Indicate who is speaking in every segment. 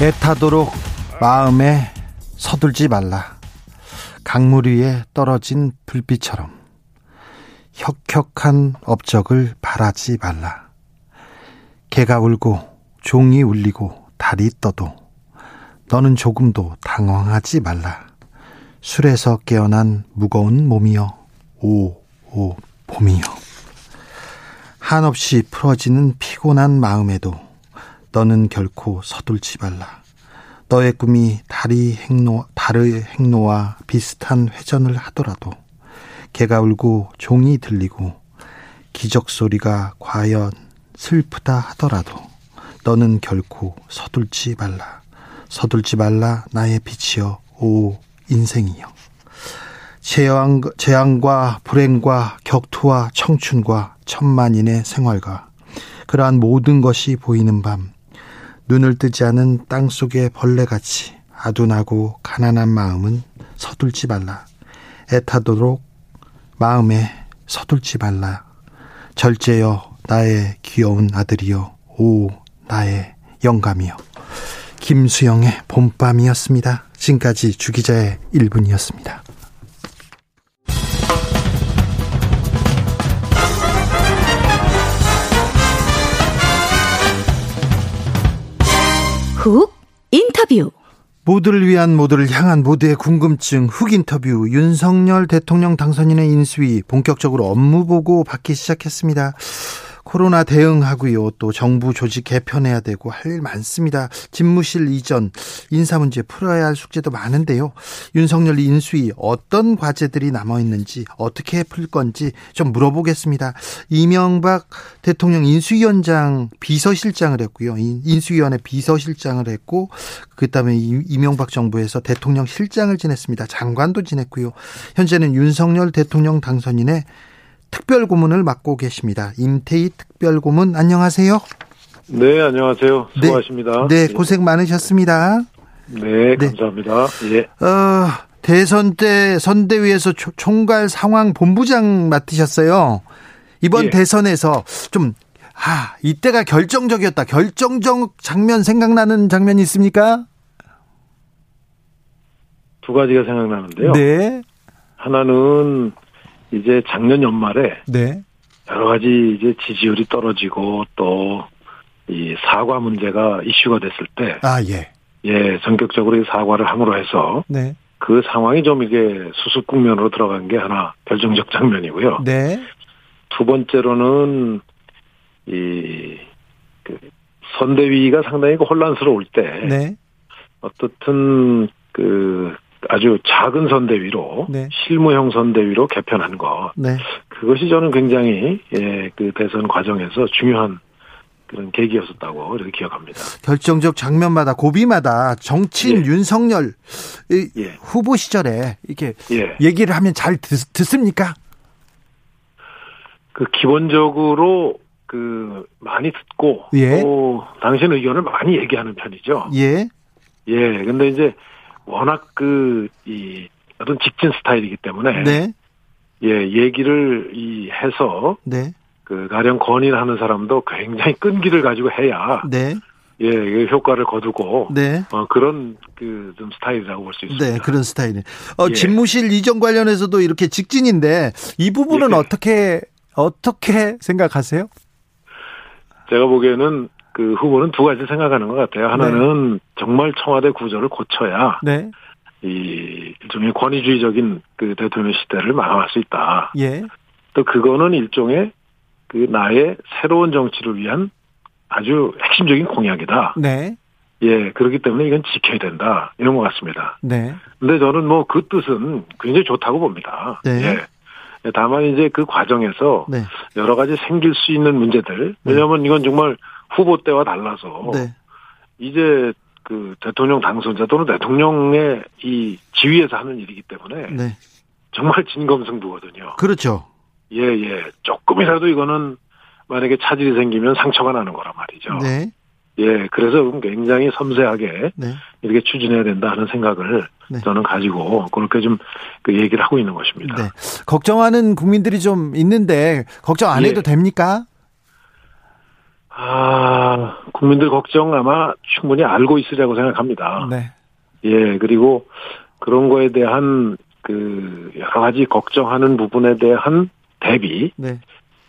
Speaker 1: 애타도록 마음에 서둘지 말라 강물 위에 떨어진 불빛처럼 혁혁한 업적을 바라지 말라 개가 울고 종이 울리고 달이 떠도 너는 조금도 당황하지 말라 술에서 깨어난 무거운 몸이여 오오 봄이여 한없이 풀어지는 피곤한 마음에도 너는 결코 서둘지 말라 너의 꿈이 달이 행로 달의 행로와 비슷한 회전을 하더라도 개가 울고 종이 들리고 기적 소리가 과연 슬프다 하더라도 너는 결코 서둘지 말라 서둘지 말라 나의 빛이여 오 인생이여 재앙, 재앙과 불행과 격투와 청춘과 천만인의 생활과 그러한 모든 것이 보이는 밤 눈을 뜨지 않은 땅 속의 벌레같이 아둔하고 가난한 마음은 서둘지 말라 애타도록 마음에 서둘지 말라 절제여 나의 귀여운 아들이여 오 나의 영감이여 김수영의 봄밤이었습니다 지금까지 주기자의 1분이었습니다
Speaker 2: 훅 인터뷰
Speaker 1: 모두를 위한 모두를 향한 모두의 궁금증 흑 인터뷰 윤석열 대통령 당선인의 인수위 본격적으로 업무 보고 받기 시작했습니다. 코로나 대응하고요. 또 정부 조직 개편해야 되고 할 일 많습니다. 집무실 이전, 인사 문제 풀어야 할 숙제도 많은데요. 윤석열 인수위 어떤 과제들이 남아 있는지 어떻게 풀 건지 좀 물어보겠습니다. 이명박 대통령 인수위원장 비서실장을 했고요. 인- 인수위원회 비서실장을 했고 그다음에 이- 이명박 정부에서 대통령 실장을 지냈습니다. 장관도 지냈고요. 현재는 윤석열 대통령 당선인의 특별 고문을 맡고 계십니다. 임태희 특별 고문 안녕하세요.
Speaker 3: 네, 안녕하세요.
Speaker 1: 네.
Speaker 3: 수고하십니다.
Speaker 1: 네, 고생 많으셨습니다.
Speaker 3: 네,
Speaker 1: 네.
Speaker 3: 감사합니다. 예.
Speaker 1: 어, 대선 때 선대위에서 초- 총괄 상황 본부장 맡으셨어요. 이번
Speaker 3: 예.
Speaker 1: 대선에서 좀 아, 이때가 결정적이었다. 결정적 장면 생각나는 장면이 있습니까?
Speaker 3: 두 가지가 생각나는데요.
Speaker 1: 네.
Speaker 3: 하나는 이제 작년 연말에
Speaker 1: 네.
Speaker 3: 여러 가지 이제 지지율이 떨어지고 또 이 사과 문제가 이슈가 됐을 때,
Speaker 1: 아, 예.
Speaker 3: 예, 전격적으로 이 사과를 함으로 해서
Speaker 1: 네.
Speaker 3: 그 상황이 좀 이게 수습 국면으로 들어간 게 하나 결정적 장면이고요.
Speaker 1: 네.
Speaker 3: 두 번째로는 이, 그 선대위가 상당히 그 혼란스러울 때,
Speaker 1: 네.
Speaker 3: 어떻든 그 아주 작은 선대위로
Speaker 1: 네.
Speaker 3: 실무형 선대위로 개편한 것
Speaker 1: 네.
Speaker 3: 그것이 저는 굉장히 예, 그 대선 과정에서 중요한 그런 계기였었다고 이렇게 기억합니다.
Speaker 1: 결정적 장면마다 고비마다 정치인
Speaker 3: 예.
Speaker 1: 윤석열 이
Speaker 3: 예.
Speaker 1: 후보 시절에 이렇게
Speaker 3: 예,
Speaker 1: 얘기를 하면 잘 듣, 듣습니까?
Speaker 3: 그 기본적으로 그 많이 듣고
Speaker 1: 예.
Speaker 3: 또 당신 의견을 많이 얘기하는 편이죠.
Speaker 1: 예.
Speaker 3: 예, 근데 이제 워낙 그 이 어떤 직진 스타일이기 때문에
Speaker 1: 네.
Speaker 3: 예 얘기를 이 해서
Speaker 1: 네.
Speaker 3: 그 가령 건의하는 사람도 굉장히 끈기를 가지고 해야
Speaker 1: 네.
Speaker 3: 예, 예, 효과를 거두고
Speaker 1: 네.
Speaker 3: 어, 그런 그 좀 스타일이라고 볼 수 있습니다.
Speaker 1: 네, 그런 스타일이. 어,
Speaker 3: 예.
Speaker 1: 집무실 이전 관련해서도 이렇게 직진인데 이 부분은
Speaker 3: 예.
Speaker 1: 어떻게 어떻게 생각하세요?
Speaker 3: 제가 보기에는 그 후보는 두 가지 생각하는 것 같아요. 하나는 정말 청와대 구조를 고쳐야
Speaker 1: 네.
Speaker 3: 이 일종의 권위주의적인 그 대통령 시대를 마감할 수 있다.
Speaker 1: 예.
Speaker 3: 또 그거는 일종의 그 나의 새로운 정치를 위한 아주 핵심적인 공약이다.
Speaker 1: 네.
Speaker 3: 예, 그렇기 때문에 이건 지켜야 된다. 이런 것 같습니다.
Speaker 1: 네.
Speaker 3: 근데 저는 뭐 그 뜻은 굉장히 좋다고 봅니다.
Speaker 1: 네.
Speaker 3: 예. 다만 이제 그 과정에서
Speaker 1: 네.
Speaker 3: 여러 가지 생길 수 있는 문제들. 왜냐하면 이건 정말 후보 때와 달라서
Speaker 1: 네.
Speaker 3: 이제 그 대통령 당선자 또는 대통령의 이 지위에서 하는 일이기 때문에
Speaker 1: 네.
Speaker 3: 정말 진검승부거든요.
Speaker 1: 그렇죠.
Speaker 3: 예, 예. 조금이라도 이거는 만약에 차질이 생기면 상처가 나는 거란 말이죠.
Speaker 1: 네.
Speaker 3: 예, 그래서 굉장히 섬세하게
Speaker 1: 네.
Speaker 3: 이렇게 추진해야 된다 하는 생각을
Speaker 1: 네.
Speaker 3: 저는 가지고 그렇게 좀 그 얘기를 하고 있는 것입니다.
Speaker 1: 네. 걱정하는 국민들이 좀 있는데 걱정 안
Speaker 3: 예.
Speaker 1: 해도 됩니까?
Speaker 3: 아, 국민들 걱정 아마 충분히 알고 있으리라고 생각합니다.
Speaker 1: 네.
Speaker 3: 예, 그리고 그런 거에 대한 그 여러 가지 걱정하는 부분에 대한 대비
Speaker 1: 네.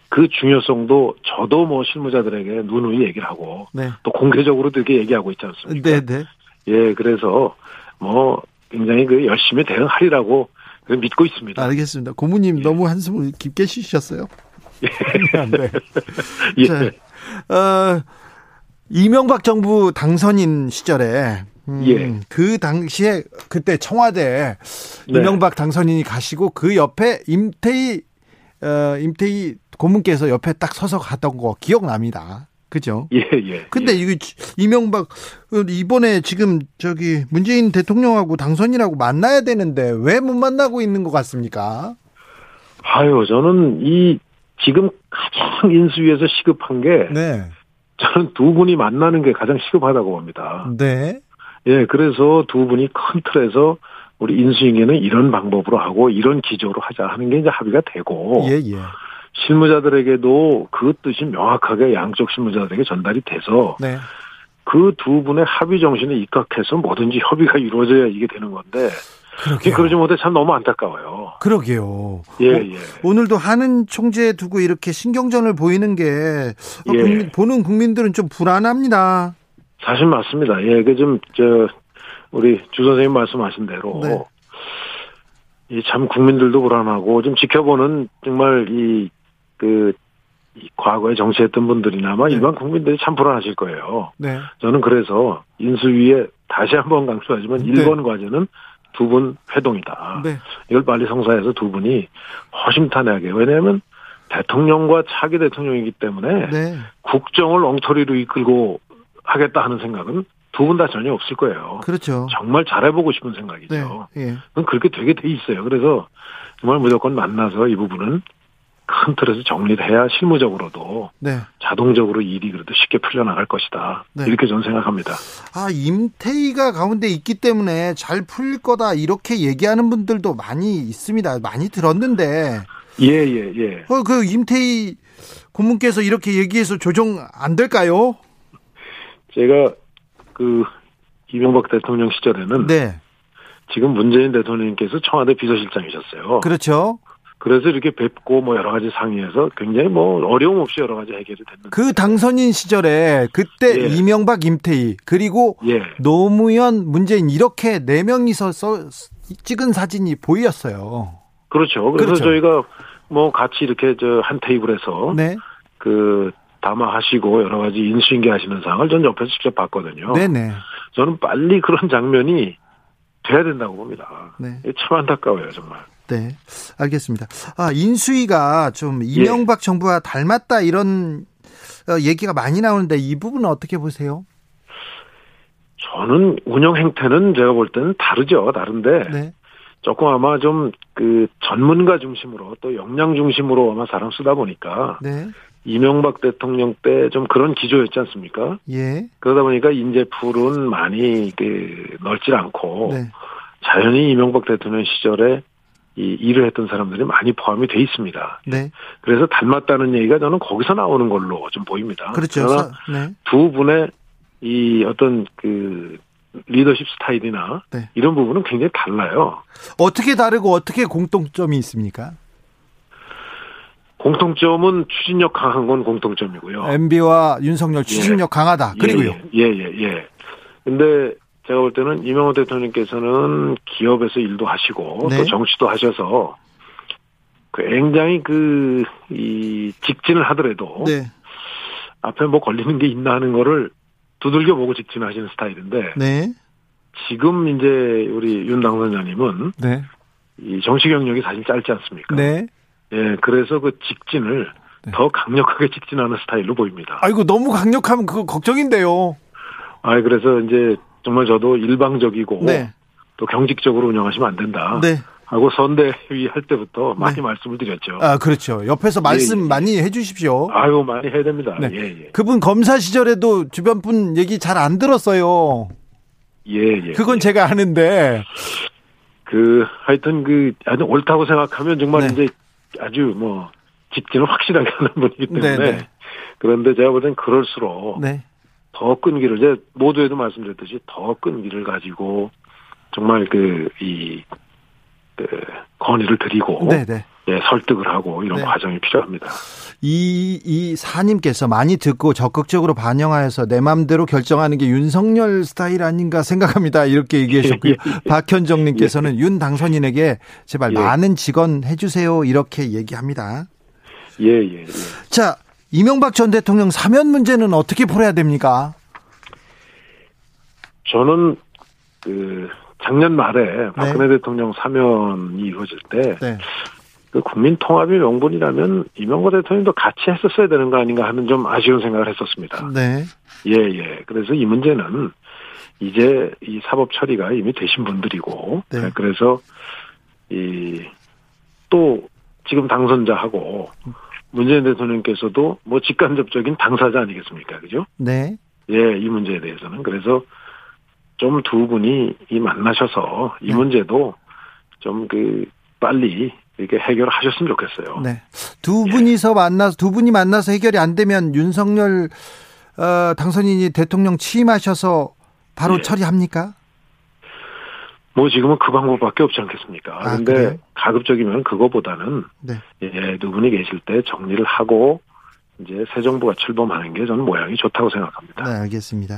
Speaker 3: 그 중요성도 저도 뭐 실무자들에게 누누이 얘기를 하고
Speaker 1: 네.
Speaker 3: 또 공개적으로 되게 얘기하고 있지 않습니까?
Speaker 1: 네, 네.
Speaker 3: 예, 그래서 뭐 굉장히 그 열심히 대응하리라고 믿고 있습니다.
Speaker 1: 알겠습니다. 고모님
Speaker 3: 예.
Speaker 1: 너무 한숨을 깊게 쉬셨어요. 네.
Speaker 3: 예.
Speaker 1: 자, 어, 이명박 정부 당선인 시절에 음,
Speaker 3: 예.
Speaker 1: 그 당시에 그때 청와대
Speaker 3: 네.
Speaker 1: 이명박 당선인이 가시고 그 옆에 임태희 어, 임태희 고문께서 옆에 딱 서서 갔던 거 기억납니다. 그죠?
Speaker 3: 예, 예.
Speaker 1: 근데
Speaker 3: 예.
Speaker 1: 이거 지- 이명박 어, 이번에 지금 저기 문재인 대통령하고 당선인하고 만나야 되는데 왜 못 만나고 있는 것 같습니까?
Speaker 3: 아유, 저는 이 지금 가장 인수위에서 시급한 게
Speaker 1: 네,
Speaker 3: 저는 두 분이 만나는 게 가장 시급하다고 봅니다.
Speaker 1: 네,
Speaker 3: 예, 그래서 두 분이 큰 틀에서 우리 인수위에는 이런 방법으로 하고 이런 기조로 하자 하는 게 이제 합의가 되고
Speaker 1: 예, 예,
Speaker 3: 실무자들에게도 그 뜻이 명확하게 양쪽 실무자들에게 전달이 돼서
Speaker 1: 네,
Speaker 3: 그 두 분의 합의 정신에 입각해서 뭐든지 협의가 이루어져야 이게 되는 건데 그게
Speaker 1: 그러게요.
Speaker 3: 그러지 못해 참 너무 안타까워요.
Speaker 1: 그러게요.
Speaker 3: 예,
Speaker 1: 어,
Speaker 3: 예.
Speaker 1: 오늘도 하는 총재 두고 이렇게 신경전을 보이는 게 어,
Speaker 3: 예.
Speaker 1: 국민- 보는 국민들은 좀 불안합니다.
Speaker 3: 사실 맞습니다. 예, 그 좀 저 우리 주 선생님 말씀하신 대로
Speaker 1: 네.
Speaker 3: 이 참 국민들도 불안하고 좀 지켜보는 정말 이그 이 과거에 정치했던 분들이나마
Speaker 1: 네.
Speaker 3: 일반 국민들이 참 불안하실 거예요.
Speaker 1: 네,
Speaker 3: 저는 그래서 인수위에 다시 한번 강조하지만
Speaker 1: 네.
Speaker 3: 일 1번 과제는 두 분 회동이다.
Speaker 1: 네,
Speaker 3: 이걸 빨리 성사해서 두 분이 허심탄회하게 왜냐하면 대통령과 차기 대통령이기 때문에
Speaker 1: 네,
Speaker 3: 국정을 엉터리로 이끌고 하겠다 하는 생각은 두 분 다 전혀 없을 거예요.
Speaker 1: 그렇죠.
Speaker 3: 정말 잘해보고 싶은 생각이죠.
Speaker 1: 네, 예.
Speaker 3: 그건 그렇게 되게 돼 있어요. 그래서 정말 무조건 만나서 이 부분은 큰 틀에서 정리를 해야 실무적으로도
Speaker 1: 네.
Speaker 3: 자동적으로 일이 그래도 쉽게 풀려나갈 것이다.
Speaker 1: 네.
Speaker 3: 이렇게 저는 생각합니다.
Speaker 1: 아, 임태희가 가운데 있기 때문에 잘 풀릴 거다, 이렇게 얘기하는 분들도 많이 있습니다. 많이 들었는데,
Speaker 3: 예, 예, 예.
Speaker 1: 어, 그 임태희 고문께서 이렇게 얘기해서 조정 안 될까요?
Speaker 3: 제가 그 이명박 대통령 시절에는
Speaker 1: 네.
Speaker 3: 지금 문재인 대통령님께서 청와대 비서실장이셨어요.
Speaker 1: 그렇죠.
Speaker 3: 그래서 이렇게 뵙고 뭐 여러 가지 상의해서 굉장히 뭐 어려움 없이 여러 가지 해결이 됐는데.
Speaker 1: 그 당선인 시절에 그때
Speaker 3: 예.
Speaker 1: 이명박, 임태희, 그리고
Speaker 3: 예.
Speaker 1: 노무현, 문재인 이렇게 네 명이서 써- 찍은 사진이 보였어요.
Speaker 3: 그렇죠. 그래서
Speaker 1: 그렇죠.
Speaker 3: 저희가 뭐 같이 이렇게 저 한 테이블에서
Speaker 1: 네.
Speaker 3: 그 담화하시고 여러 가지 인수인계 하시는 상황을 전 옆에서 직접 봤거든요.
Speaker 1: 네네.
Speaker 3: 저는 빨리 그런 장면이 돼야 된다고 봅니다.
Speaker 1: 네.
Speaker 3: 이게 참 안타까워요, 정말.
Speaker 1: 네, 알겠습니다. 아, 인수위가
Speaker 3: 예.
Speaker 1: 좀 이명박 정부와 닮았다 이런 어, 얘기가 많이 나오는데 이 부분은 어떻게 보세요?
Speaker 3: 저는 운영 행태는 제가 볼 때는 다르죠. 다른데
Speaker 1: 네.
Speaker 3: 조금 아마 좀 그 전문가 중심으로 또 역량 중심으로 아마 사람 쓰다 보니까
Speaker 1: 네.
Speaker 3: 이명박 대통령 때 좀 그런 기조였지 않습니까?
Speaker 1: 예.
Speaker 3: 그러다 보니까 인재풀은 많이 그 넓질 않고
Speaker 1: 네.
Speaker 3: 자연히 이명박 대통령 시절에 이 일을 했던 사람들이 많이 포함이 돼 있습니다.
Speaker 1: 네.
Speaker 3: 그래서 닮았다는 얘기가 저는 거기서 나오는 걸로 좀 보입니다.
Speaker 1: 그렇죠.
Speaker 3: 러나
Speaker 1: 사- 네.
Speaker 3: 두 분의 이 어떤 그 리더십 스타일이나
Speaker 1: 네.
Speaker 3: 이런 부분은 굉장히 달라요.
Speaker 1: 어떻게 다르고 어떻게 공통점이 있습니까?
Speaker 3: 공통점은 추진력 강한 건 공통점이고요.
Speaker 1: MB와 윤석열 추진력 강하다. 아, 그리고요.
Speaker 3: 어. 예, 예, 예. 근데 제가 볼 때는 이명호 대통령께서는 기업에서 일도 하시고
Speaker 1: 네.
Speaker 3: 또 정치도 하셔서 굉장히 그, 이, 직진을 하더라도
Speaker 1: 네.
Speaker 3: 앞에 뭐 걸리는 게 있나 하는 거를 두들겨 보고 직진하시는 스타일인데
Speaker 1: 네.
Speaker 3: 지금 이제 우리 윤 당선자님은
Speaker 1: 네.
Speaker 3: 이 정치 경력이 사실 짧지 않습니까?
Speaker 1: 네.
Speaker 3: 예, 그래서 그 직진을 더 강력하게 직진하는 스타일로 보입니다.
Speaker 4: 아이고 너무 강력하면 그거 걱정인데요.
Speaker 3: 아, 그래서 이제 정말 저도 일방적이고
Speaker 1: 네.
Speaker 3: 또 경직적으로 운영하시면 안 된다.
Speaker 1: 네.
Speaker 3: 하고 선대위 할 때부터 많이 말씀을 드렸죠.
Speaker 1: 아, 그렇죠. 옆에서 말씀 많이 해 주십시오.
Speaker 3: 예, 아유 많이 해야 됩니다.
Speaker 1: 네.
Speaker 3: 예,
Speaker 1: 그분 검사 시절에도 주변 분 얘기 잘 안 들었어요.
Speaker 3: 예, 예, 예.
Speaker 1: 그건 제가 아는데.
Speaker 3: 그 하여튼 그 하여튼 옳다고 생각하면
Speaker 1: 네.
Speaker 3: 정말 이제 아주 뭐 집기는 확실하게 하는 분이기 때문에
Speaker 1: 네, 네.
Speaker 3: 그런데 제가 보기엔 그럴수록
Speaker 1: 네.
Speaker 3: 더 끈기를 이제 모두에도 말씀드렸듯이 더 끈기를 가지고 정말 그이 그 건의를 드리고
Speaker 1: 네, 네.
Speaker 3: 예, 설득을 하고 이런
Speaker 1: 네.
Speaker 3: 과정이 필요합니다.
Speaker 1: 이, 이 사님께서 많이 듣고 적극적으로 반영하여서 내 맘대로 결정하는 게 윤석열 스타일 아닌가 생각합니다. 이렇게 얘기하셨고요. 박현정님께서는 윤 당선인에게 제발
Speaker 3: 예.
Speaker 1: 많은 직원 해주세요. 이렇게 얘기합니다.
Speaker 3: 예, 예, 예.
Speaker 1: 자, 이명박 전 대통령 사면 문제는 어떻게 풀어야 됩니까?
Speaker 3: 저는 그 작년 말에 박근혜 대통령 사면이 이루어질 때
Speaker 1: 네.
Speaker 3: 그 국민 통합이 명분이라면 이명박 대통령도 같이 했었어야 되는 거 아닌가 하는 좀 아쉬운 생각을 했었습니다.
Speaker 1: 네.
Speaker 3: 예, 예. 그래서 이 문제는 이제 이 사법 처리가 이미 되신 분들이고,
Speaker 1: 네.
Speaker 3: 그래서 이 또 지금 당선자하고 문재인 대통령께서도 뭐 직간접적인 당사자 아니겠습니까, 그죠?
Speaker 1: 네.
Speaker 3: 예, 이 문제에 대해서는 그래서 좀 두 분이 이 만나셔서 이
Speaker 1: 네.
Speaker 3: 문제도 좀 그 빨리 이렇게 해결하셨으면 좋겠어요.
Speaker 1: 네. 두 분이서 만나서 두 분이 만나서 해결이 안 되면 윤석열 어, 당선인이 대통령 취임하셔서 바로
Speaker 3: 예.
Speaker 1: 처리합니까?
Speaker 3: 뭐 지금은 그 방법밖에 없지 않겠습니까?
Speaker 1: 아,
Speaker 3: 근데
Speaker 1: 그래요?
Speaker 3: 가급적이면 그거보다는
Speaker 1: 네.
Speaker 3: 예, 두 분이 계실 때 정리를 하고 이제 새 정부가 출범하는 게 저는 모양이 좋다고 생각합니다.
Speaker 1: 네, 알겠습니다.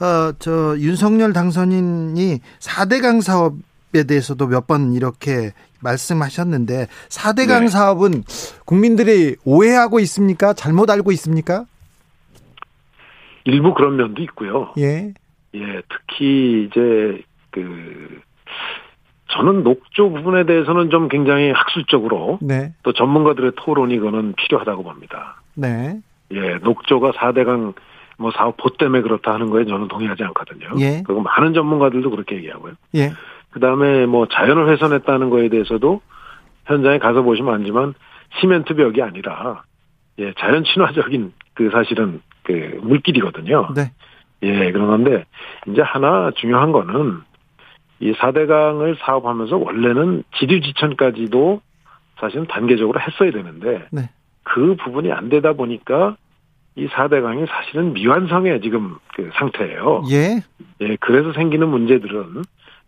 Speaker 1: 어, 저 윤석열 당선인이 4대강 사업에 대해서도 몇 번 이렇게 말씀하셨는데 4대강
Speaker 3: 네.
Speaker 1: 사업은 국민들이 오해하고 있습니까? 잘못 알고 있습니까?
Speaker 3: 일부 그런 면도 있고요.
Speaker 1: 예.
Speaker 3: 예, 특히 이제 그 저는 녹조 부분에 대해서는 좀 굉장히 학술적으로
Speaker 1: 네.
Speaker 3: 또 전문가들의 토론이 그거는 필요하다고 봅니다.
Speaker 1: 네.
Speaker 3: 예, 녹조가 4대강 뭐 사업 보 때문에 그렇다 하는 거에 저는 동의하지 않거든요.
Speaker 1: 예.
Speaker 3: 그리고 많은 전문가들도 그렇게 얘기하고요.
Speaker 1: 예.
Speaker 3: 그다음에 뭐 자연을 훼손했다는 거에 대해서도 현장에 가서 보시면 알지만 시멘트 벽이 아니라 예, 자연 친화적인 그 사실은 그 물길이거든요.
Speaker 1: 네.
Speaker 3: 예, 그런데 이제 하나 중요한 거는 이 4대강을 사업하면서 원래는 지류지천까지도 사실은 단계적으로 했어야 되는데
Speaker 1: 네.
Speaker 3: 그 부분이 안 되다 보니까 이 4대강이 사실은 미완성의 지금 그 상태예요.
Speaker 1: 예.
Speaker 3: 예, 그래서 생기는 문제들은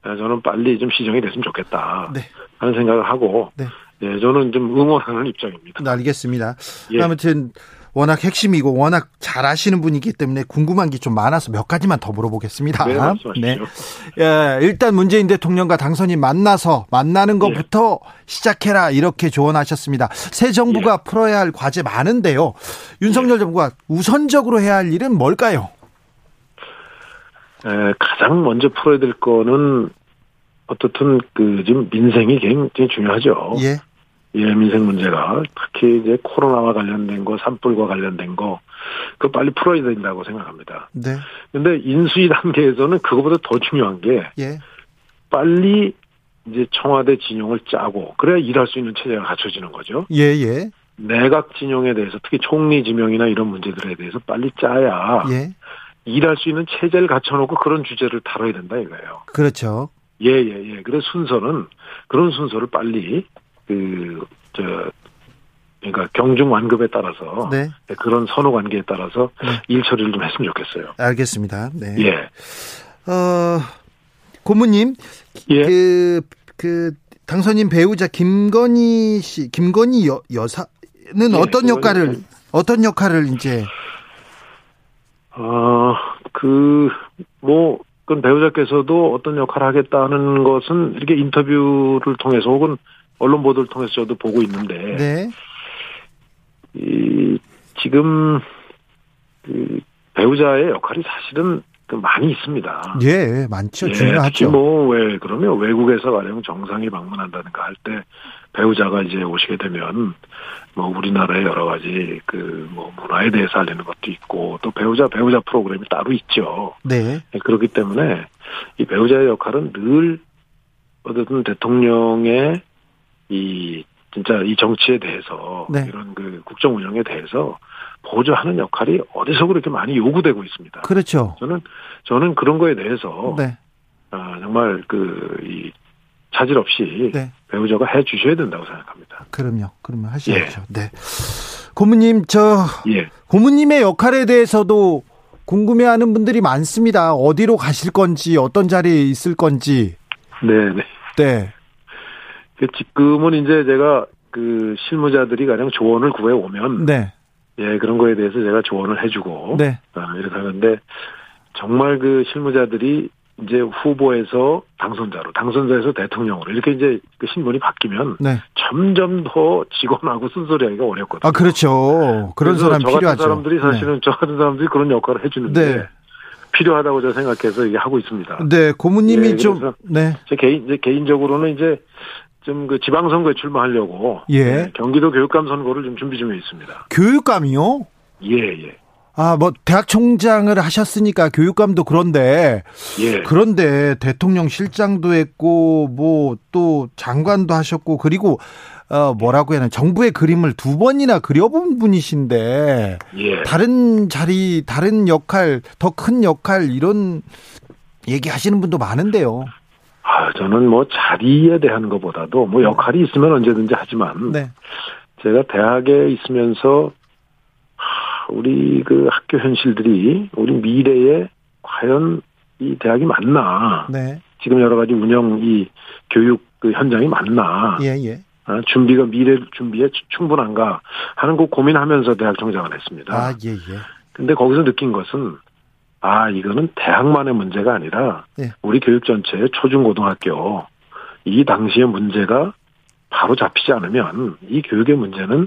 Speaker 3: 아, 저는 빨리 좀 시정이 됐으면 좋겠다
Speaker 1: 네.
Speaker 3: 하는 생각을 하고
Speaker 1: 네.
Speaker 3: 예, 저는 좀 응원하는 입장입니다.
Speaker 1: 네, 알겠습니다.
Speaker 3: 예.
Speaker 1: 아무튼 워낙 핵심이고 워낙 잘 아시는 분이기 때문에 궁금한 게 좀 많아서 몇 가지만 더 물어보겠습니다.
Speaker 3: 네, 말씀하시죠.
Speaker 1: 예, 일단 문재인 대통령과 당선인 만나서
Speaker 3: 예.
Speaker 1: 만나는 것부터 시작해라 이렇게 조언하셨습니다. 새
Speaker 3: 예.
Speaker 1: 정부가 풀어야 할 과제 많은데요. 윤석열 정부가 우선적으로 해야 할 일은 뭘까요?
Speaker 3: 에, 가장 먼저 풀어야 될 거는 어떻든 그 지금 민생이 굉장히 중요하죠.
Speaker 1: 예.
Speaker 3: 예, 민생 문제가 특히 이제 코로나와 관련된 거, 산불과 관련된 거, 그거 빨리 풀어야 된다고 생각합니다.
Speaker 1: 네.
Speaker 3: 근데 인수위 단계에서는 그거보다 더 중요한 게
Speaker 1: 예.
Speaker 3: 빨리 이제 청와대 진영을 짜고 그래야 일할 수 있는 체제가 갖춰지는 거죠.
Speaker 1: 예, 예.
Speaker 3: 내각 진영에 대해서 특히 총리 지명이나 이런 문제들에 대해서 빨리 짜야
Speaker 1: 예.
Speaker 3: 일할 수 있는 체제를 갖춰놓고 그런 주제를 다뤄야 된다 이거예요.
Speaker 1: 그렇죠.
Speaker 3: 예, 예, 예. 그래서 순서는 그런 순서를 빨리 그 저 그러니까 경중 완급에 따라서
Speaker 1: 네.
Speaker 3: 그런 선호 관계에 따라서 일 처리를 좀 했으면 좋겠어요.
Speaker 1: 알겠습니다. 네.
Speaker 3: 예,
Speaker 1: 어, 고모님,
Speaker 3: 예.
Speaker 1: 그, 그, 당선인 배우자 김건희 씨, 김건희 여, 여사는 어떤
Speaker 3: 예, 김건희
Speaker 1: 역할을,
Speaker 3: 여사.
Speaker 1: 어떤 역할을 이제,
Speaker 3: 어, 그, 뭐, 그 배우자께서도 어떤 역할을 하겠다는 것은 이렇게 인터뷰를 통해서 혹은 언론 보도를 통해서 저도 보고 있는데,
Speaker 1: 네,
Speaker 3: 이, 지금, 그, 배우자의 역할이 사실은 그 많이 있습니다.
Speaker 1: 예, 많죠.
Speaker 3: 예, 특히
Speaker 1: 중요하죠.
Speaker 3: 뭐, 왜, 그러면 외국에서 가령 정상이 방문한다든가 할 때 배우자가 이제 오시게 되면 뭐 우리나라의 여러 가지 그 뭐 문화에 대해서 알리는 것도 있고 또 배우자 배우자 프로그램이 따로 있죠.
Speaker 1: 네.
Speaker 3: 예, 그렇기 때문에 이 배우자의 역할은 늘 어쨌든 대통령의 이 진짜 이 정치에 대해서
Speaker 1: 네.
Speaker 3: 이런 그 국정 운영에 대해서 보조하는 역할이 어디서 그렇게 많이 요구되고 있습니다.
Speaker 1: 그렇죠.
Speaker 3: 저는 저는 그런 거에 대해서
Speaker 1: 네.
Speaker 3: 아, 정말 그 이 차질 없이
Speaker 1: 네.
Speaker 3: 배우자가 해 주셔야 된다고 생각합니다.
Speaker 1: 그럼요. 그러면 하셔야죠. 네. 고모님, 저,
Speaker 3: 예.
Speaker 1: 고모님의 역할에 대해서도 궁금해하는 분들이 많습니다. 어디로 가실 건지, 어떤 자리에 있을 건지.
Speaker 3: 네, 네.
Speaker 1: 네.
Speaker 3: 그 지금은 이제 제가 그 실무자들이 가령 조언을 구해 오면
Speaker 1: 네.
Speaker 3: 예, 그런 거에 대해서 제가 조언을 해 주고
Speaker 1: 네.
Speaker 3: 아, 이렇게 하는데 정말 그 실무자들이 이제 후보에서 당선자로, 당선자에서 대통령으로 이렇게 이제 그 신분이 바뀌면
Speaker 1: 네.
Speaker 3: 점점 더 직원하고 쓴소리하기가 어렵거든요.
Speaker 1: 아, 그렇죠. 그런
Speaker 3: 그래서
Speaker 1: 사람
Speaker 3: 저 같은
Speaker 1: 필요하죠.
Speaker 3: 사람들이 사실은 저 같은 사람들이 그런 역할을 해주는데
Speaker 1: 네.
Speaker 3: 필요하다고 제가 생각해서 이게 하고 있습니다.
Speaker 1: 네. 네, 고모님이
Speaker 3: 예,
Speaker 1: 좀,
Speaker 3: 그래서-
Speaker 1: 네.
Speaker 3: 제 개인 이제 개인적으로는 이제 좀 그 지방선거에 출마하려고
Speaker 1: 예.
Speaker 3: 네, 경기도 교육감 선거를 좀 준비 중에 있습니다.
Speaker 1: 교육감이요?
Speaker 3: 예, 예,
Speaker 1: 아, 뭐, 대학 총장을 하셨으니까 교육감도 그런데,
Speaker 3: 예.
Speaker 1: 그런데 대통령 실장도 했고, 뭐, 또 장관도 하셨고, 그리고, 어, 뭐라고 해야 하나, 정부의 그림을 두 번이나 그려본 분이신데,
Speaker 3: 예.
Speaker 1: 다른 자리, 다른 역할, 더 큰 역할, 이런 얘기 하시는 분도 많은데요.
Speaker 3: 아, 저는 뭐 자리에 대한 것보다도 뭐 역할이 있으면 언제든지 하지만
Speaker 1: 음. 네.
Speaker 3: 제가 대학에 있으면서 하, 우리 그 학교 현실들이 우리 미래에 과연 이 대학이 맞나
Speaker 1: 네.
Speaker 3: 지금 여러 가지 운영 이 교육 그 현장이 맞나
Speaker 1: 예, 예.
Speaker 3: 아, 준비가 미래 준비에 추- 충분한가 하는 거 고민하면서 대학 정장을 했습니다.
Speaker 1: 아, 예, 예.
Speaker 3: 근데 거기서 느낀 것은 아 이거는 대학만의 문제가 아니라
Speaker 1: 예.
Speaker 3: 우리 교육 전체의 초중고등학교 이 당시의 문제가 바로 잡히지 않으면 이 교육의 문제는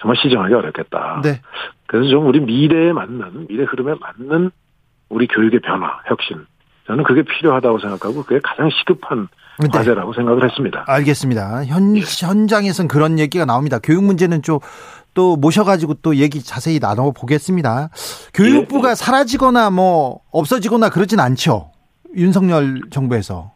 Speaker 3: 정말 시정하기 어렵겠다.
Speaker 1: 네.
Speaker 3: 그래서 좀 우리 미래에 맞는 미래 흐름에 맞는 우리 교육의 변화 혁신 저는 그게 필요하다고 생각하고 그게 가장 시급한
Speaker 1: 네.
Speaker 3: 과제라고 생각을 했습니다.
Speaker 1: 알겠습니다. 현,
Speaker 3: 예.
Speaker 1: 현장에선 그런 얘기가 나옵니다. 교육 문제는 좀 또 모셔가지고 또 얘기 자세히 나눠보겠습니다. 교육부가
Speaker 3: 예.
Speaker 1: 사라지거나 뭐 없어지거나 그러진 않죠. 윤석열 정부에서.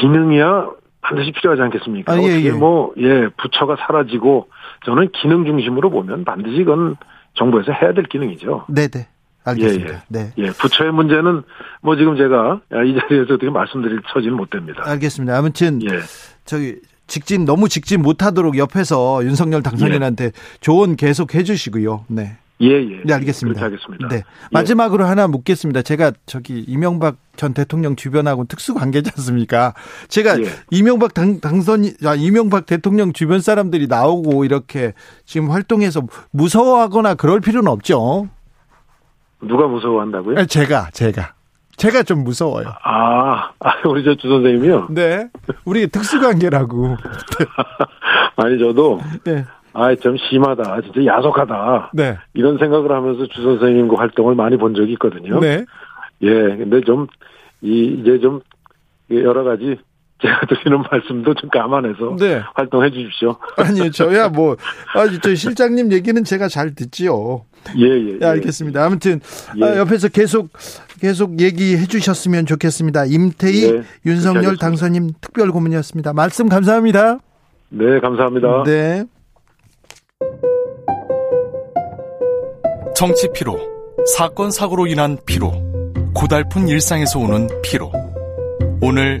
Speaker 3: 기능이야 반드시 필요하지 않겠습니까?
Speaker 1: 아, 예,
Speaker 3: 어떻게
Speaker 1: 예.
Speaker 3: 뭐, 예, 부처가 사라지고 저는 기능 중심으로 보면 반드시 이건 정부에서 해야 될 기능이죠.
Speaker 1: 네네. 알겠습니다.
Speaker 3: 예, 예.
Speaker 1: 네.
Speaker 3: 예, 부처의 문제는 뭐 지금 제가 이 자리에서 어떻게 말씀드릴 처지는 못 됩니다.
Speaker 1: 알겠습니다. 아무튼
Speaker 3: 예,
Speaker 1: 저기 직진 너무 직진 못하도록 옆에서 윤석열 당선인한테 조언 계속 해주시고요. 네.
Speaker 3: 예, 예.
Speaker 1: 네, 알겠습니다.
Speaker 3: 그렇게 하겠습니다. 예,
Speaker 1: 네. 마지막으로 하나 묻겠습니다. 제가 저기 이명박 전 대통령 주변하고 특수 관계지 않습니까? 제가
Speaker 3: 예.
Speaker 1: 이명박 당, 당선, 아, 이명박 대통령 주변 사람들이 나오고 이렇게 지금 활동해서 무서워하거나 그럴 필요는 없죠.
Speaker 3: 누가 무서워한다고요?
Speaker 1: 아니, 제가, 제가. 제가 좀 무서워요.
Speaker 3: 아, 아, 우리 저 주 선생님이요?
Speaker 1: 네. 우리 특수 관계라고.
Speaker 3: 아니, 저도,
Speaker 1: 네.
Speaker 3: 아, 좀 심하다. 진짜 야속하다.
Speaker 1: 네.
Speaker 3: 이런 생각을 하면서 주 선생님 그 활동을 많이 본 적이 있거든요.
Speaker 1: 네.
Speaker 3: 예, 근데 좀, 이, 이제 좀, 여러 가지 제가 드리는 말씀도 좀 감안해서
Speaker 1: 네.
Speaker 3: 활동해 주십시오.
Speaker 1: 아니요, 저야 뭐, 아, 저 실장님 얘기는 제가 잘 듣지요.
Speaker 3: 예, 예.
Speaker 1: 네, 알겠습니다. 아무튼
Speaker 3: 예.
Speaker 1: 아, 옆에서 계속 계속 얘기해 주셨으면 좋겠습니다. 임태희
Speaker 3: 예, 그렇게
Speaker 1: 윤석열
Speaker 3: 하겠습니다.
Speaker 1: 당선인 특별 고문이었습니다. 말씀 감사합니다.
Speaker 3: 예. 네, 감사합니다.
Speaker 1: 네.
Speaker 5: 정치 피로, 사건 사고로 인한 피로, 고달픈 일상에서 오는 피로. 오늘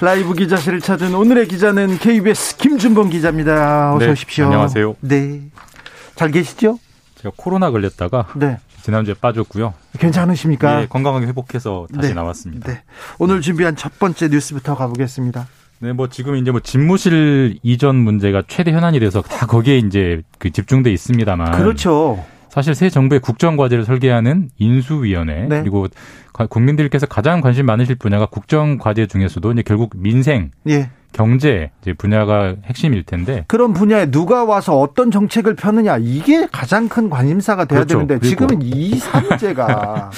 Speaker 1: 라이브 기자실을 찾은 오늘의 기자는 KBS 김준범 기자입니다. 어서
Speaker 6: 네,
Speaker 1: 오십시오.
Speaker 6: 안녕하세요.
Speaker 1: 네. 잘 계시죠?
Speaker 6: 제가 코로나 걸렸다가
Speaker 1: 네.
Speaker 6: 지난주에 빠졌고요.
Speaker 1: 괜찮으십니까?
Speaker 7: 네.
Speaker 6: 예, 건강하게 회복해서 다시
Speaker 1: 네.
Speaker 6: 나왔습니다.
Speaker 1: 네. 오늘 준비한 첫 번째 뉴스부터 가보겠습니다.
Speaker 6: 네, 뭐 지금 이제 뭐 집무실 이전 문제가 최대 현안이 돼서 다 거기에 이제 그 집중돼 있습니다만.
Speaker 7: 그렇죠.
Speaker 6: 사실 새 정부의 국정 과제를 설계하는 인수위원회
Speaker 7: 네.
Speaker 6: 그리고 가- 국민들께서 가장 관심 많으실 분야가 국정 과제 중에서도 이제 결국 민생,
Speaker 7: 예.
Speaker 6: 경제 이제 분야가 핵심일 텐데
Speaker 7: 그런 분야에 누가 와서 어떤 정책을 펴느냐 이게 가장 큰 관심사가 돼야
Speaker 6: 그렇죠.
Speaker 7: 되는데
Speaker 6: 그리고-
Speaker 7: 지금은 이 사문제가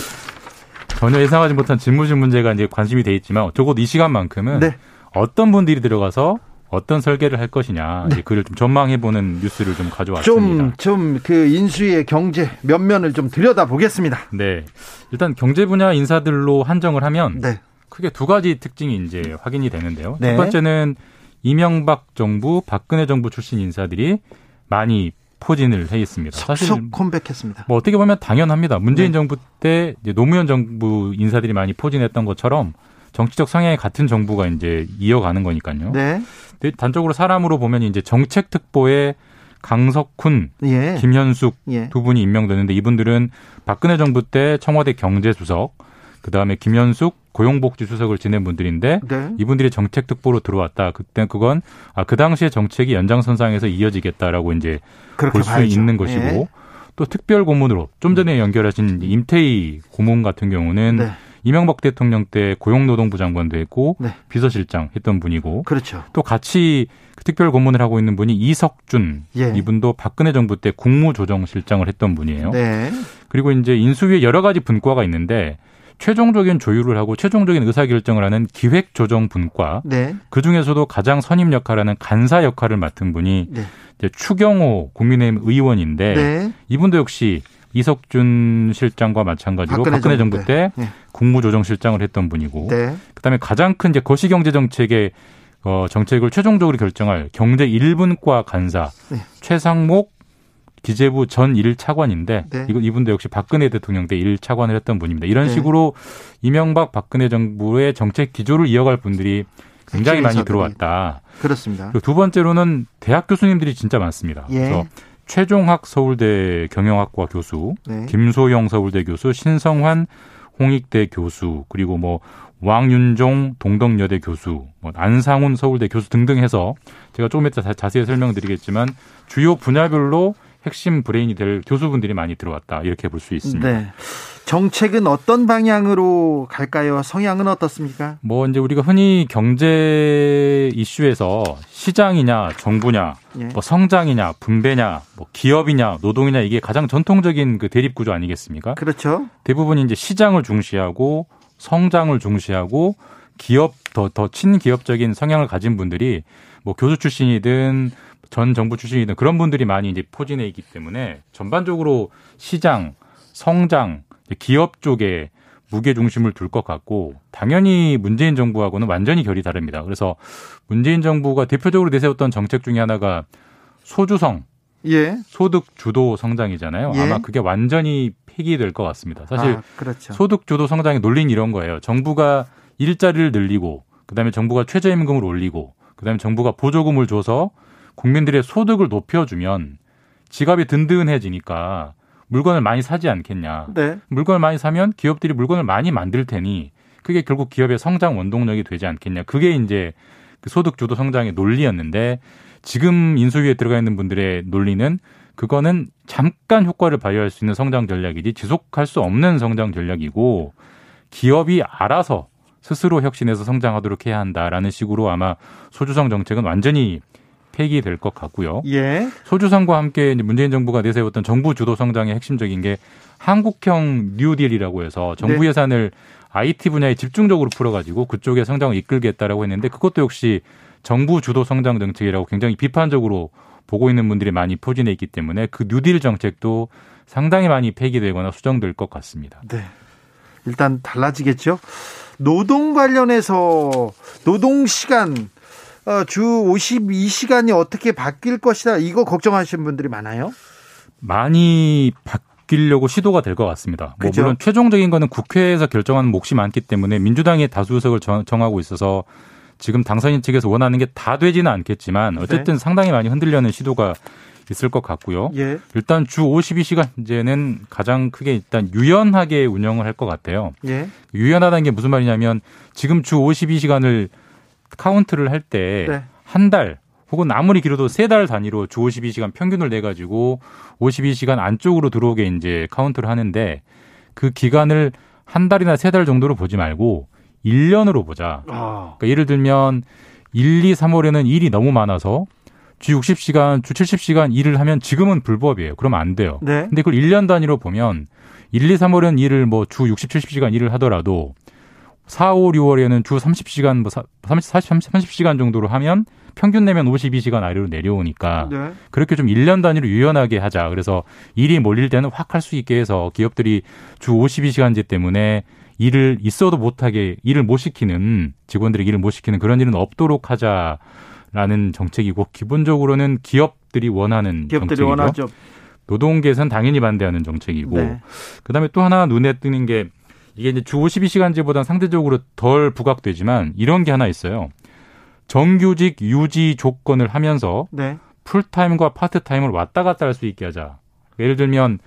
Speaker 6: 전혀 예상하지 못한 집무실 문제가 이제 관심이 돼 있지만 적어도 이 시간만큼은
Speaker 7: 네.
Speaker 6: 어떤 분들이 들어가서 어떤 설계를 할 것이냐 이제 그를 좀 전망해 보는 뉴스를 좀 가져왔습니다.
Speaker 7: 네. 좀 좀 그 인수위의 경제 면면을 좀 들여다 보겠습니다.
Speaker 6: 네. 일단 경제 분야 인사들로 한정을 하면
Speaker 7: 네.
Speaker 6: 크게 두 가지 특징이 이제 확인이 되는데요.
Speaker 7: 네.
Speaker 6: 첫 번째는 이명박 정부, 박근혜 정부 출신 인사들이 많이 포진을 해 있습니다.
Speaker 7: 속속 컴백했습니다.
Speaker 6: 뭐 어떻게 보면 당연합니다. 문재인
Speaker 7: 네.
Speaker 6: 정부 때 이제 노무현 정부 인사들이 많이 포진했던 것처럼 정치적 성향이 같은 정부가 이제 이어가는 거니까요.
Speaker 7: 네.
Speaker 6: 근데 단적으로 사람으로 보면 이제 정책 특보에 강석훈,
Speaker 7: 예.
Speaker 6: 김현숙
Speaker 7: 예.
Speaker 6: 두 분이 임명되는데 이분들은 박근혜 정부 때 청와대 경제수석, 그 다음에 김현숙 고용복지수석을 지낸 분들인데
Speaker 7: 네.
Speaker 6: 이분들이 정책 특보로 들어왔다. 그때 그건 아, 그 당시의 정책이 연장선상에서 이어지겠다라고 이제
Speaker 7: 그렇게
Speaker 6: 볼 수
Speaker 7: 봐야죠.
Speaker 6: 있는
Speaker 7: 예. 음.
Speaker 6: 것이고 또 특별 고문으로 좀 전에 연결하신 임태희 고문 같은 경우는
Speaker 7: 네.
Speaker 6: 이명박 대통령 때 고용노동부 장관도 했고
Speaker 7: 네.
Speaker 6: 비서실장 했던 분이고
Speaker 7: 그렇죠.
Speaker 6: 또 같이 그 특별 고문을 하고 있는 분이 이석준
Speaker 7: 예.
Speaker 6: 이분도 박근혜 정부 때 국무조정실장을 했던 분이에요.
Speaker 7: 네.
Speaker 6: 그리고 이제 인수위에 여러 가지 분과가 있는데 최종적인 조율을 하고 최종적인 의사결정을 하는 기획조정분과
Speaker 7: 네.
Speaker 6: 그 중에서도 가장 선임 역할을 하는 간사 역할을 맡은 분이
Speaker 7: 네.
Speaker 6: 이제 추경호 국민의힘 의원인데
Speaker 7: 네.
Speaker 6: 이분도 역시 이석준 실장과 마찬가지로 박근혜, 정부 때
Speaker 7: 네.
Speaker 6: 국무조정실장을 했던 분이고
Speaker 7: 네.
Speaker 6: 그다음에 가장 큰 이제 거시경제 정책의 어, 정책을 최종적으로 결정할 경제 1분과 간사
Speaker 7: 네.
Speaker 6: 최상목 기재부 전 1차관인데
Speaker 7: 네.
Speaker 6: 이거 이분도 역시 박근혜 대통령 때 1차관을 했던 분입니다. 이런
Speaker 7: 네.
Speaker 6: 식으로 이명박 박근혜 정부의 정책 기조를 이어갈 분들이 굉장히 많이
Speaker 7: 핵심 인사들이.
Speaker 6: 들어왔다.
Speaker 7: 그렇습니다.
Speaker 6: 그리고 두 번째로는 대학 교수님들이 진짜 많습니다.
Speaker 7: 예.
Speaker 6: 그래서 최종학 서울대 경영학과 교수,
Speaker 7: 네.
Speaker 6: 김소영 서울대 교수, 신성환 홍익대 교수, 그리고 뭐 왕윤종 동덕여대 교수, 뭐 안상훈 서울대 교수 등등 해서 제가 조금 이따 자- 자세히 설명드리겠지만 주요 분야별로 핵심 브레인이 될 교수분들이 많이 들어왔다 이렇게 볼 수 있습니다.
Speaker 7: 네. 정책은 어떤 방향으로 갈까요? 성향은 어떻습니까?
Speaker 6: 뭐 이제 우리가 흔히 경제 이슈에서 시장이냐 정부냐
Speaker 7: 예.
Speaker 6: 뭐 성장이냐 분배냐 뭐 기업이냐 노동이냐 이게 가장 전통적인 그 대립 구조 아니겠습니까?
Speaker 7: 그렇죠.
Speaker 6: 대부분 이제 시장을 중시하고 성장을 중시하고 기업 더 더 친기업적인 성향을 가진 분들이 뭐 교수 출신이든 전 정부 출신이든 그런 분들이 많이 이제 포진해 있기 때문에 전반적으로 시장, 성장, 이제 기업 쪽에 무게 중심을 둘 것 같고 당연히 문재인 정부하고는 완전히 결이 다릅니다. 그래서 문재인 정부가 대표적으로 내세웠던 정책 중에 하나가 소주성
Speaker 7: 예.
Speaker 6: 소득 주도 성장이잖아요.
Speaker 7: 예.
Speaker 6: 아마 그게 완전히 폐기될 것 같습니다. 사실
Speaker 7: 아, 그렇죠.
Speaker 6: 소득 주도 성장의 논리는 이런 거예요. 정부가 일자리를 늘리고 그다음에 정부가 최저임금을 올리고 그다음에 정부가 보조금을 줘서 국민들의 소득을 높여주면 지갑이 든든해지니까 물건을 많이 사지 않겠냐.
Speaker 7: 네.
Speaker 6: 물건을 많이 사면 기업들이 물건을 많이 만들 테니 그게 결국 기업의 성장 원동력이 되지 않겠냐. 그게 이제 그 소득 주도 성장의 논리였는데 지금 인수위에 들어가 있는 분들의 논리는 그거는 잠깐 효과를 발휘할 수 있는 성장 전략이지 지속할 수 없는 성장 전략이고 기업이 알아서 스스로 혁신해서 성장하도록 해야 한다라는 식으로 아마 소주성 정책은 완전히 폐기될 것 같고요.
Speaker 7: 예.
Speaker 6: 소주성과 함께 이제 문재인 정부가 내세웠던 정부 주도 성장의 핵심적인 게 한국형 뉴딜이라고 해서 정부
Speaker 7: 네.
Speaker 6: 예산을 IT 분야에 집중적으로 풀어가지고 그쪽의 성장을 이끌겠다라고 했는데 그것도 역시 정부 주도 성장 정책이라고 굉장히 비판적으로 보고 있는 분들이 많이 포진해 있기 때문에 그 뉴딜 정책도 상당히 많이 폐기되거나 수정될 것 같습니다.
Speaker 7: 네. 일단 달라지겠죠. 노동 관련해서 노동 시간 어, 주 52시간이 어떻게 바뀔 것이다. 이거 걱정하시는 분들이 많아요.
Speaker 6: 많이 바뀌려고 시도가 될 것 같습니다. 뭐
Speaker 7: 그죠.
Speaker 6: 물론 최종적인 거는 국회에서 결정하는 몫이 많기 때문에 민주당이 다수의석을 정- 정하고 있어서 지금 당선인 측에서 원하는 게 다 되지는
Speaker 7: 네.
Speaker 6: 않겠지만 어쨌든 상당히 많이 흔들려는 시도가 있을 것 같고요.
Speaker 7: 예.
Speaker 6: 일단 주 52시간제는 가장 크게 일단 유연하게 운영을 할 것 같아요.
Speaker 7: 예.
Speaker 6: 유연하다는 게 무슨 말이냐면 지금 주 52시간을 카운트를 할 때 한 달
Speaker 7: 네.
Speaker 6: 혹은 아무리 길어도 세 달 단위로 주 52시간 평균을 내 가지고 52시간 안쪽으로 들어오게 이제 카운트를 하는데 그 기간을 한 달이나 세 달 정도로 보지 말고 1년으로 보자.
Speaker 7: 아,
Speaker 6: 그러니까 예를 들면 1, 2, 3월에는 일이 너무 많아서 주 60시간, 주 70시간 일을 하면 지금은 불법이에요. 그러면 안 돼요.
Speaker 7: 네.
Speaker 6: 근데 그걸 1년 단위로 보면 1, 2, 3월은 일을 뭐 주 60, 70시간 일을 하더라도 4, 5, 6월에는 주 30시간 뭐 30, 40, 30시간 정도로 하면 평균 내면 52시간 아래로 내려오니까
Speaker 7: 네.
Speaker 6: 그렇게 좀 1년 단위로 유연하게 하자. 그래서 일이 몰릴 때는 확 할 수 있게 해서 기업들이 주 52시간제 때문에 일을 있어도 못하게 일을 못 시키는 직원들이 일을 못 시키는 그런 일은 없도록 하자라는 정책이고 기본적으로는 기업들이 원하는
Speaker 7: 기업들이
Speaker 6: 정책이고
Speaker 7: 원하죠.
Speaker 6: 노동계에서는 당연히 반대하는 정책이고
Speaker 7: 네.
Speaker 6: 그다음에 또 하나 눈에 띄는 게 이게 이제 주 52시간제보다는 상대적으로 덜 부각되지만 이런 게 하나 있어요. 정규직 유지 조건을 하면서
Speaker 7: 네.
Speaker 6: 풀타임과 파트타임을 왔다 갔다 할 수 있게 하자. 예를 들면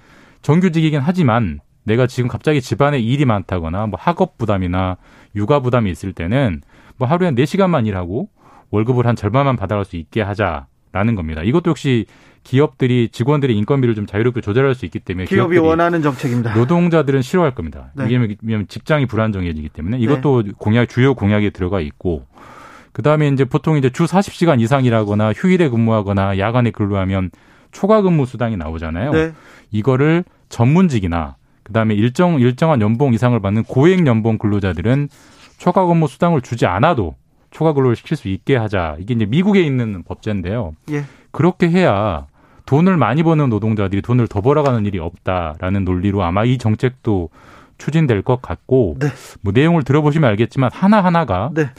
Speaker 6: 정규직이긴 하지만 내가 지금 갑자기 집안에 일이 많다거나 뭐 학업 부담이나 육아 부담이 있을 때는 뭐 하루에 4시간만 일하고 월급을 한 절반만 받아갈 수 있게 하자라는 겁니다. 이것도 역시 기업들이 직원들의 인건비를 좀 자유롭게 조절할 수 있기 때문에
Speaker 7: 기업이
Speaker 6: 네, 기업들이
Speaker 7: 원하는 정책입니다.
Speaker 6: 노동자들은 싫어할 겁니다.
Speaker 7: 네.
Speaker 6: 왜냐하면 왜냐하면 직장이 불안정해지기 때문에 이것도 공약 주요 공약에 들어가 있고 그다음에 이제 보통 이제 주 40시간 이상이라거나 휴일에 근무하거나 야간에 근로하면 초과 근무 수당이 나오잖아요.
Speaker 7: 네.
Speaker 6: 이거를 전문직이나 그다음에 일정 일정한 연봉 이상을 받는 고액 연봉 근로자들은 초과 근무 수당을 주지 않아도 초과 근로를 시킬 수 있게 하자. 이게 이제 미국에 있는 법제인데요.
Speaker 7: 예.
Speaker 6: 그렇게 해야 돈을 많이 버는 노동자들이 돈을 더 벌어가는 일이 없다라는 논리로 아마 이 정책도 추진될 것 같고
Speaker 7: 네.
Speaker 6: 뭐 내용을 들어보시면 알겠지만 하나 하나가
Speaker 7: 네.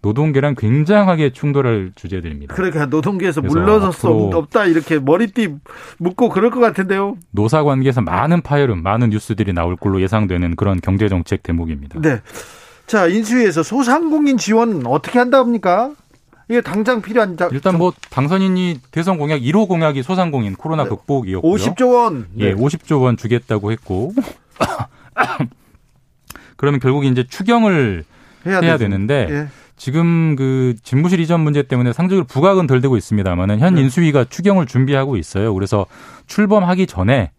Speaker 6: 노동계랑 굉장하게 충돌할 주제들입니다.
Speaker 7: 그러니까 노동계에서
Speaker 6: 그래서
Speaker 7: 물러설 수
Speaker 6: 앞으로-
Speaker 7: 없다 이렇게 머리띠 묶고 그럴 것 같은데요.
Speaker 6: 노사 관계에서 많은 파열음, 많은 뉴스들이 나올 걸로 예상되는 그런 경제 정책 대목입니다.
Speaker 7: 네. 자, 인수위에서 소상공인 지원 어떻게 한다 합니까? 이게 당장 필요한 자,
Speaker 6: 일단 뭐 당선인이 대선 공약 1호 공약이 소상공인 코로나
Speaker 7: 네.
Speaker 6: 극복이었고요.
Speaker 7: 50조 네. 원.
Speaker 6: 예, 50조 원 주겠다고 했고 그러면 결국 이제 추경을
Speaker 7: 해야,
Speaker 6: 해야
Speaker 7: 되는-
Speaker 6: 되는데
Speaker 7: 예.
Speaker 6: 지금 그 집무실 이전 문제 때문에 상적으로 부각은 덜 되고 있습니다만은
Speaker 7: 네.
Speaker 6: 현 인수위가 추경을 준비하고 있어요. 그래서 출범하기 전에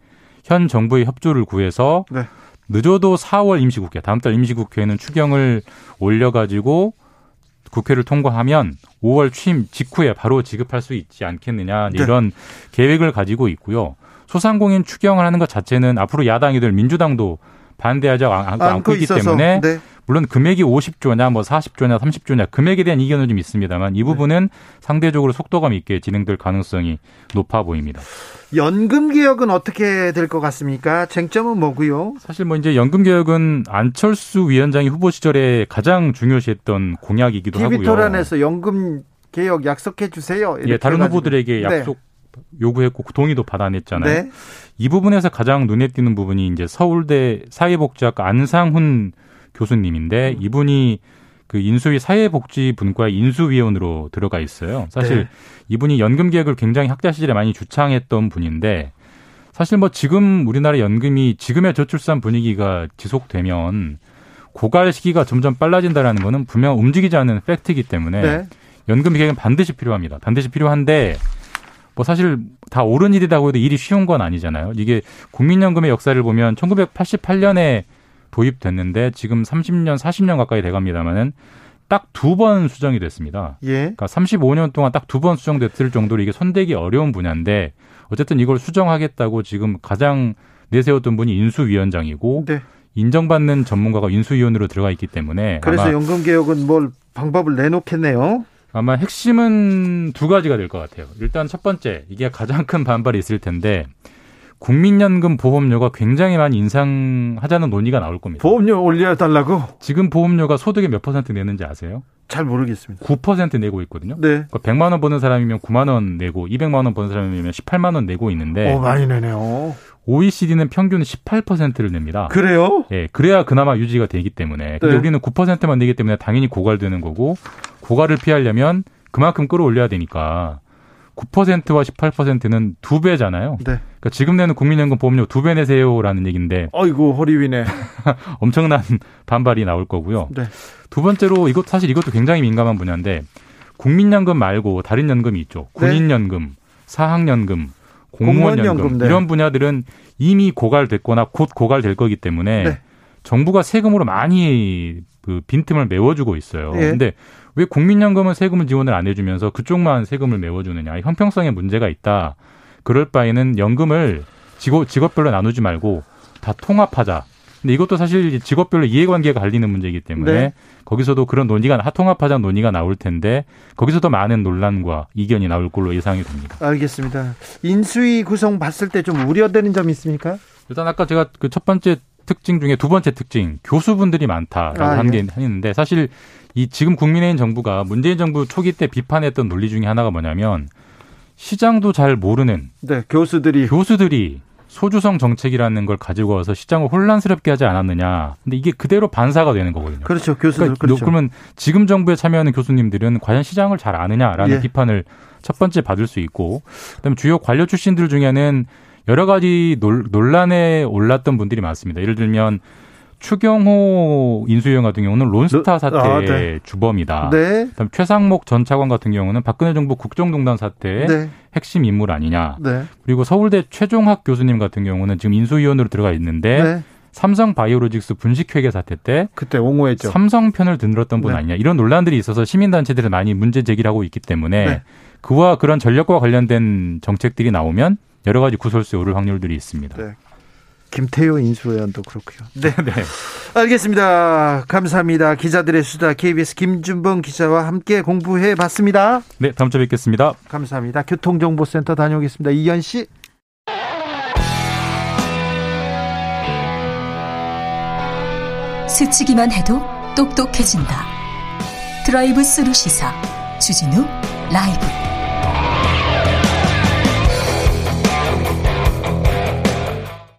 Speaker 6: 현 정부의 협조를 구해서
Speaker 7: 네.
Speaker 6: 늦어도 4월 임시국회 다음 달 임시국회에는 추경을 올려가지고 국회를 통과하면 5월 취임 직후에 바로 지급할 수 있지 않겠느냐
Speaker 7: 네.
Speaker 6: 이런 계획을 가지고 있고요. 소상공인 추경을 하는 것 자체는 앞으로 야당이 될 민주당도 반대하지 않- 않고,
Speaker 7: 안고
Speaker 6: 있기
Speaker 7: 있어서
Speaker 6: 때문에
Speaker 7: 네.
Speaker 6: 물론 금액이 50조냐 뭐 40조냐 30조냐 금액에 대한 이견은 좀 있습니다만
Speaker 7: 네.
Speaker 6: 이 부분은 상대적으로 속도감 있게 진행될 가능성이 높아 보입니다.
Speaker 7: 연금 개혁은 어떻게 될 것 같습니까? 쟁점은 뭐고요?
Speaker 6: 사실 뭐 이제 연금 개혁은 안철수 위원장이 후보 시절에 가장 중요시했던 공약이기도
Speaker 7: TV
Speaker 6: 하고요.
Speaker 7: 토론에서 연금 개혁 약속해 주세요. 이렇게
Speaker 6: 예, 다른
Speaker 7: 해가지고.
Speaker 6: 후보들에게 약속 요구했고 동의도 받아냈잖아요.
Speaker 7: 네. 네.
Speaker 6: 이 부분에서 가장 눈에 띄는 부분이 이제 서울대 사회복지학과 안상훈
Speaker 7: 음.
Speaker 6: 교수님인데 이분이 그 인수위 사회복지분과 인수위원으로 들어가 있어요. 사실
Speaker 7: 네.
Speaker 6: 이분이 연금 개혁을 굉장히 학자 시절에 많이 주창했던 분인데 사실 뭐 지금 우리나라 연금이 지금의 저출산 분위기가 지속되면 고갈 시기가 점점 빨라진다라는 거는 분명 움직이지 않는 팩트이기 때문에
Speaker 7: 네.
Speaker 6: 연금 개혁은 반드시 필요합니다. 반드시 필요한데 뭐 사실 다 옳은 일이라고 해도 일이 쉬운 건 아니잖아요. 이게 국민연금의 역사를 보면 1988년에 도입됐는데 지금 30년, 40년 가까이 돼갑니다만은 딱 두 번 수정이 됐습니다.
Speaker 7: 예.
Speaker 6: 그러니까 35년 동안 딱 두 번 수정됐을 정도로 이게 손대기 어려운 분야인데 어쨌든 이걸 수정하겠다고 지금 가장 내세웠던 분이 인수위원장이고
Speaker 7: 네.
Speaker 6: 인정받는 전문가가 인수위원으로 들어가 있기 때문에
Speaker 7: 그래서
Speaker 6: 아마
Speaker 7: 연금 개혁은 뭘 방법을 내놓겠네요.
Speaker 6: 아마 핵심은 두 가지가 될 것 같아요. 일단 첫 번째, 이게 가장 큰 반발이 있을 텐데, 국민연금 보험료가 굉장히 많이 인상하자는 논의가 나올 겁니다.
Speaker 7: 보험료 올려달라고?
Speaker 6: 지금 보험료가 소득의 몇 퍼센트 내는지 아세요?
Speaker 7: 잘 모르겠습니다.
Speaker 6: 9% 내고 있거든요.
Speaker 7: 네.
Speaker 6: 그러니까 100만 원 버는 사람이면 9만 원 내고, 200만 원 버는 사람이면 18만 원 내고 있는데,
Speaker 1: 네.
Speaker 7: 어, 많이 내네요.
Speaker 6: OECD는 평균 18%를 냅니다.
Speaker 7: 그래요?
Speaker 6: 예, 그래야 그나마 유지가 되기 때문에. 근데
Speaker 7: 네.
Speaker 6: 우리는 9%만 내기 때문에 당연히 고갈되는 거고 고갈을 피하려면 그만큼 끌어올려야 되니까 9%와 18%는 두 배잖아요.
Speaker 1: 네.
Speaker 6: 그러니까 지금 내는 국민연금 보험료 두 배 내세요라는 얘기인데
Speaker 1: 어이구 허리위네.
Speaker 6: 엄청난 반발이 나올 거고요.
Speaker 1: 네.
Speaker 6: 두 번째로 이것 사실 이것도 굉장히 민감한 분야인데 국민연금 말고 다른 연금이 있죠. 군인연금, 사학연금, 공무원연금
Speaker 1: 네. 공무원연금, 네.
Speaker 6: 이런 분야들은 이미 고갈됐거나 곧 고갈될 거기 때문에
Speaker 1: 네.
Speaker 6: 정부가 세금으로 많이 그 빈틈을 메워주고 있어요.
Speaker 1: 예.
Speaker 6: 근데 왜 국민연금은 세금을 지원을 안 해주면서 그쪽만 세금을 메워주느냐? 이 형평성에 문제가 있다. 그럴 바에는 연금을 직업, 직업별로 나누지 말고 다 통합하자. 근데 이것도 사실 직업별로 이해관계가 갈리는 문제이기 때문에
Speaker 1: 네.
Speaker 6: 거기서도 그런 논의가 하통합하자 논의가 나올 텐데 거기서도 많은 논란과 이견이 나올 걸로 예상이 됩니다.
Speaker 1: 알겠습니다. 인수위 구성 봤을 때 좀 우려되는 점이 있습니까?
Speaker 6: 일단 아까 제가 그 첫 번째 특징 중에 두 번째 특징 교수분들이 많다라고
Speaker 1: 아,
Speaker 6: 한
Speaker 1: 예.
Speaker 6: 게 있는데 사실 이 지금 국민의힘 정부가 문재인 정부 초기 때 비판했던 논리 중에 하나가 뭐냐면 시장도 잘 모르는
Speaker 1: 네, 교수들이
Speaker 6: 교수들이 소주성 정책이라는 걸 가지고 와서 시장을 혼란스럽게 하지 않았느냐. 근데 이게 그대로 반사가 되는 거거든요.
Speaker 1: 그렇죠. 교수들
Speaker 6: 그러니까
Speaker 1: 그렇죠.
Speaker 6: 그러면 지금 정부에 참여하는 교수님들은 과연 시장을 잘 아느냐라는
Speaker 1: 예.
Speaker 6: 비판을 첫 번째 받을 수 있고 그다음에 주요 관료 출신들 중에는 여러 가지 논- 논란에 올랐던 분들이 많습니다. 예를 들면 추경호 인수위원 같은 경우는 론스타 사태의
Speaker 1: 아, 네.
Speaker 6: 주범이다.
Speaker 1: 네.
Speaker 6: 그다음 최상목 전 차관 같은 경우는 박근혜 정부 국정농단 사태의
Speaker 1: 네.
Speaker 6: 핵심 인물 아니냐.
Speaker 1: 네.
Speaker 6: 그리고 서울대 최종학 교수님 같은 경우는 지금 인수위원으로 들어가 있는데
Speaker 1: 네.
Speaker 6: 삼성 바이오로직스 분식회계 사태 때
Speaker 1: 그때 옹호했죠.
Speaker 6: 삼성 편을 들었던 분
Speaker 1: 네.
Speaker 6: 아니냐 이런 논란들이 있어서 시민단체들은 많이 문제 제기를 하고 있기 때문에
Speaker 1: 네.
Speaker 6: 그와 그런 전력과 관련된 정책들이 나오면 여러 가지 구설수에 오를 확률들이 있습니다.
Speaker 1: 네. 김태효 인수위원도 그렇고요. 네, 네. 알겠습니다. 감사합니다. 기자들의 수다 KBS 김준범 기자와 함께 공부해 봤습니다.
Speaker 6: 네, 다음 주에 뵙겠습니다.
Speaker 1: 감사합니다. 교통정보센터 다녀오겠습니다. 이현 씨.
Speaker 2: 스치기만 해도 똑똑해진다. 드라이브 스루 시사 주진우 라이브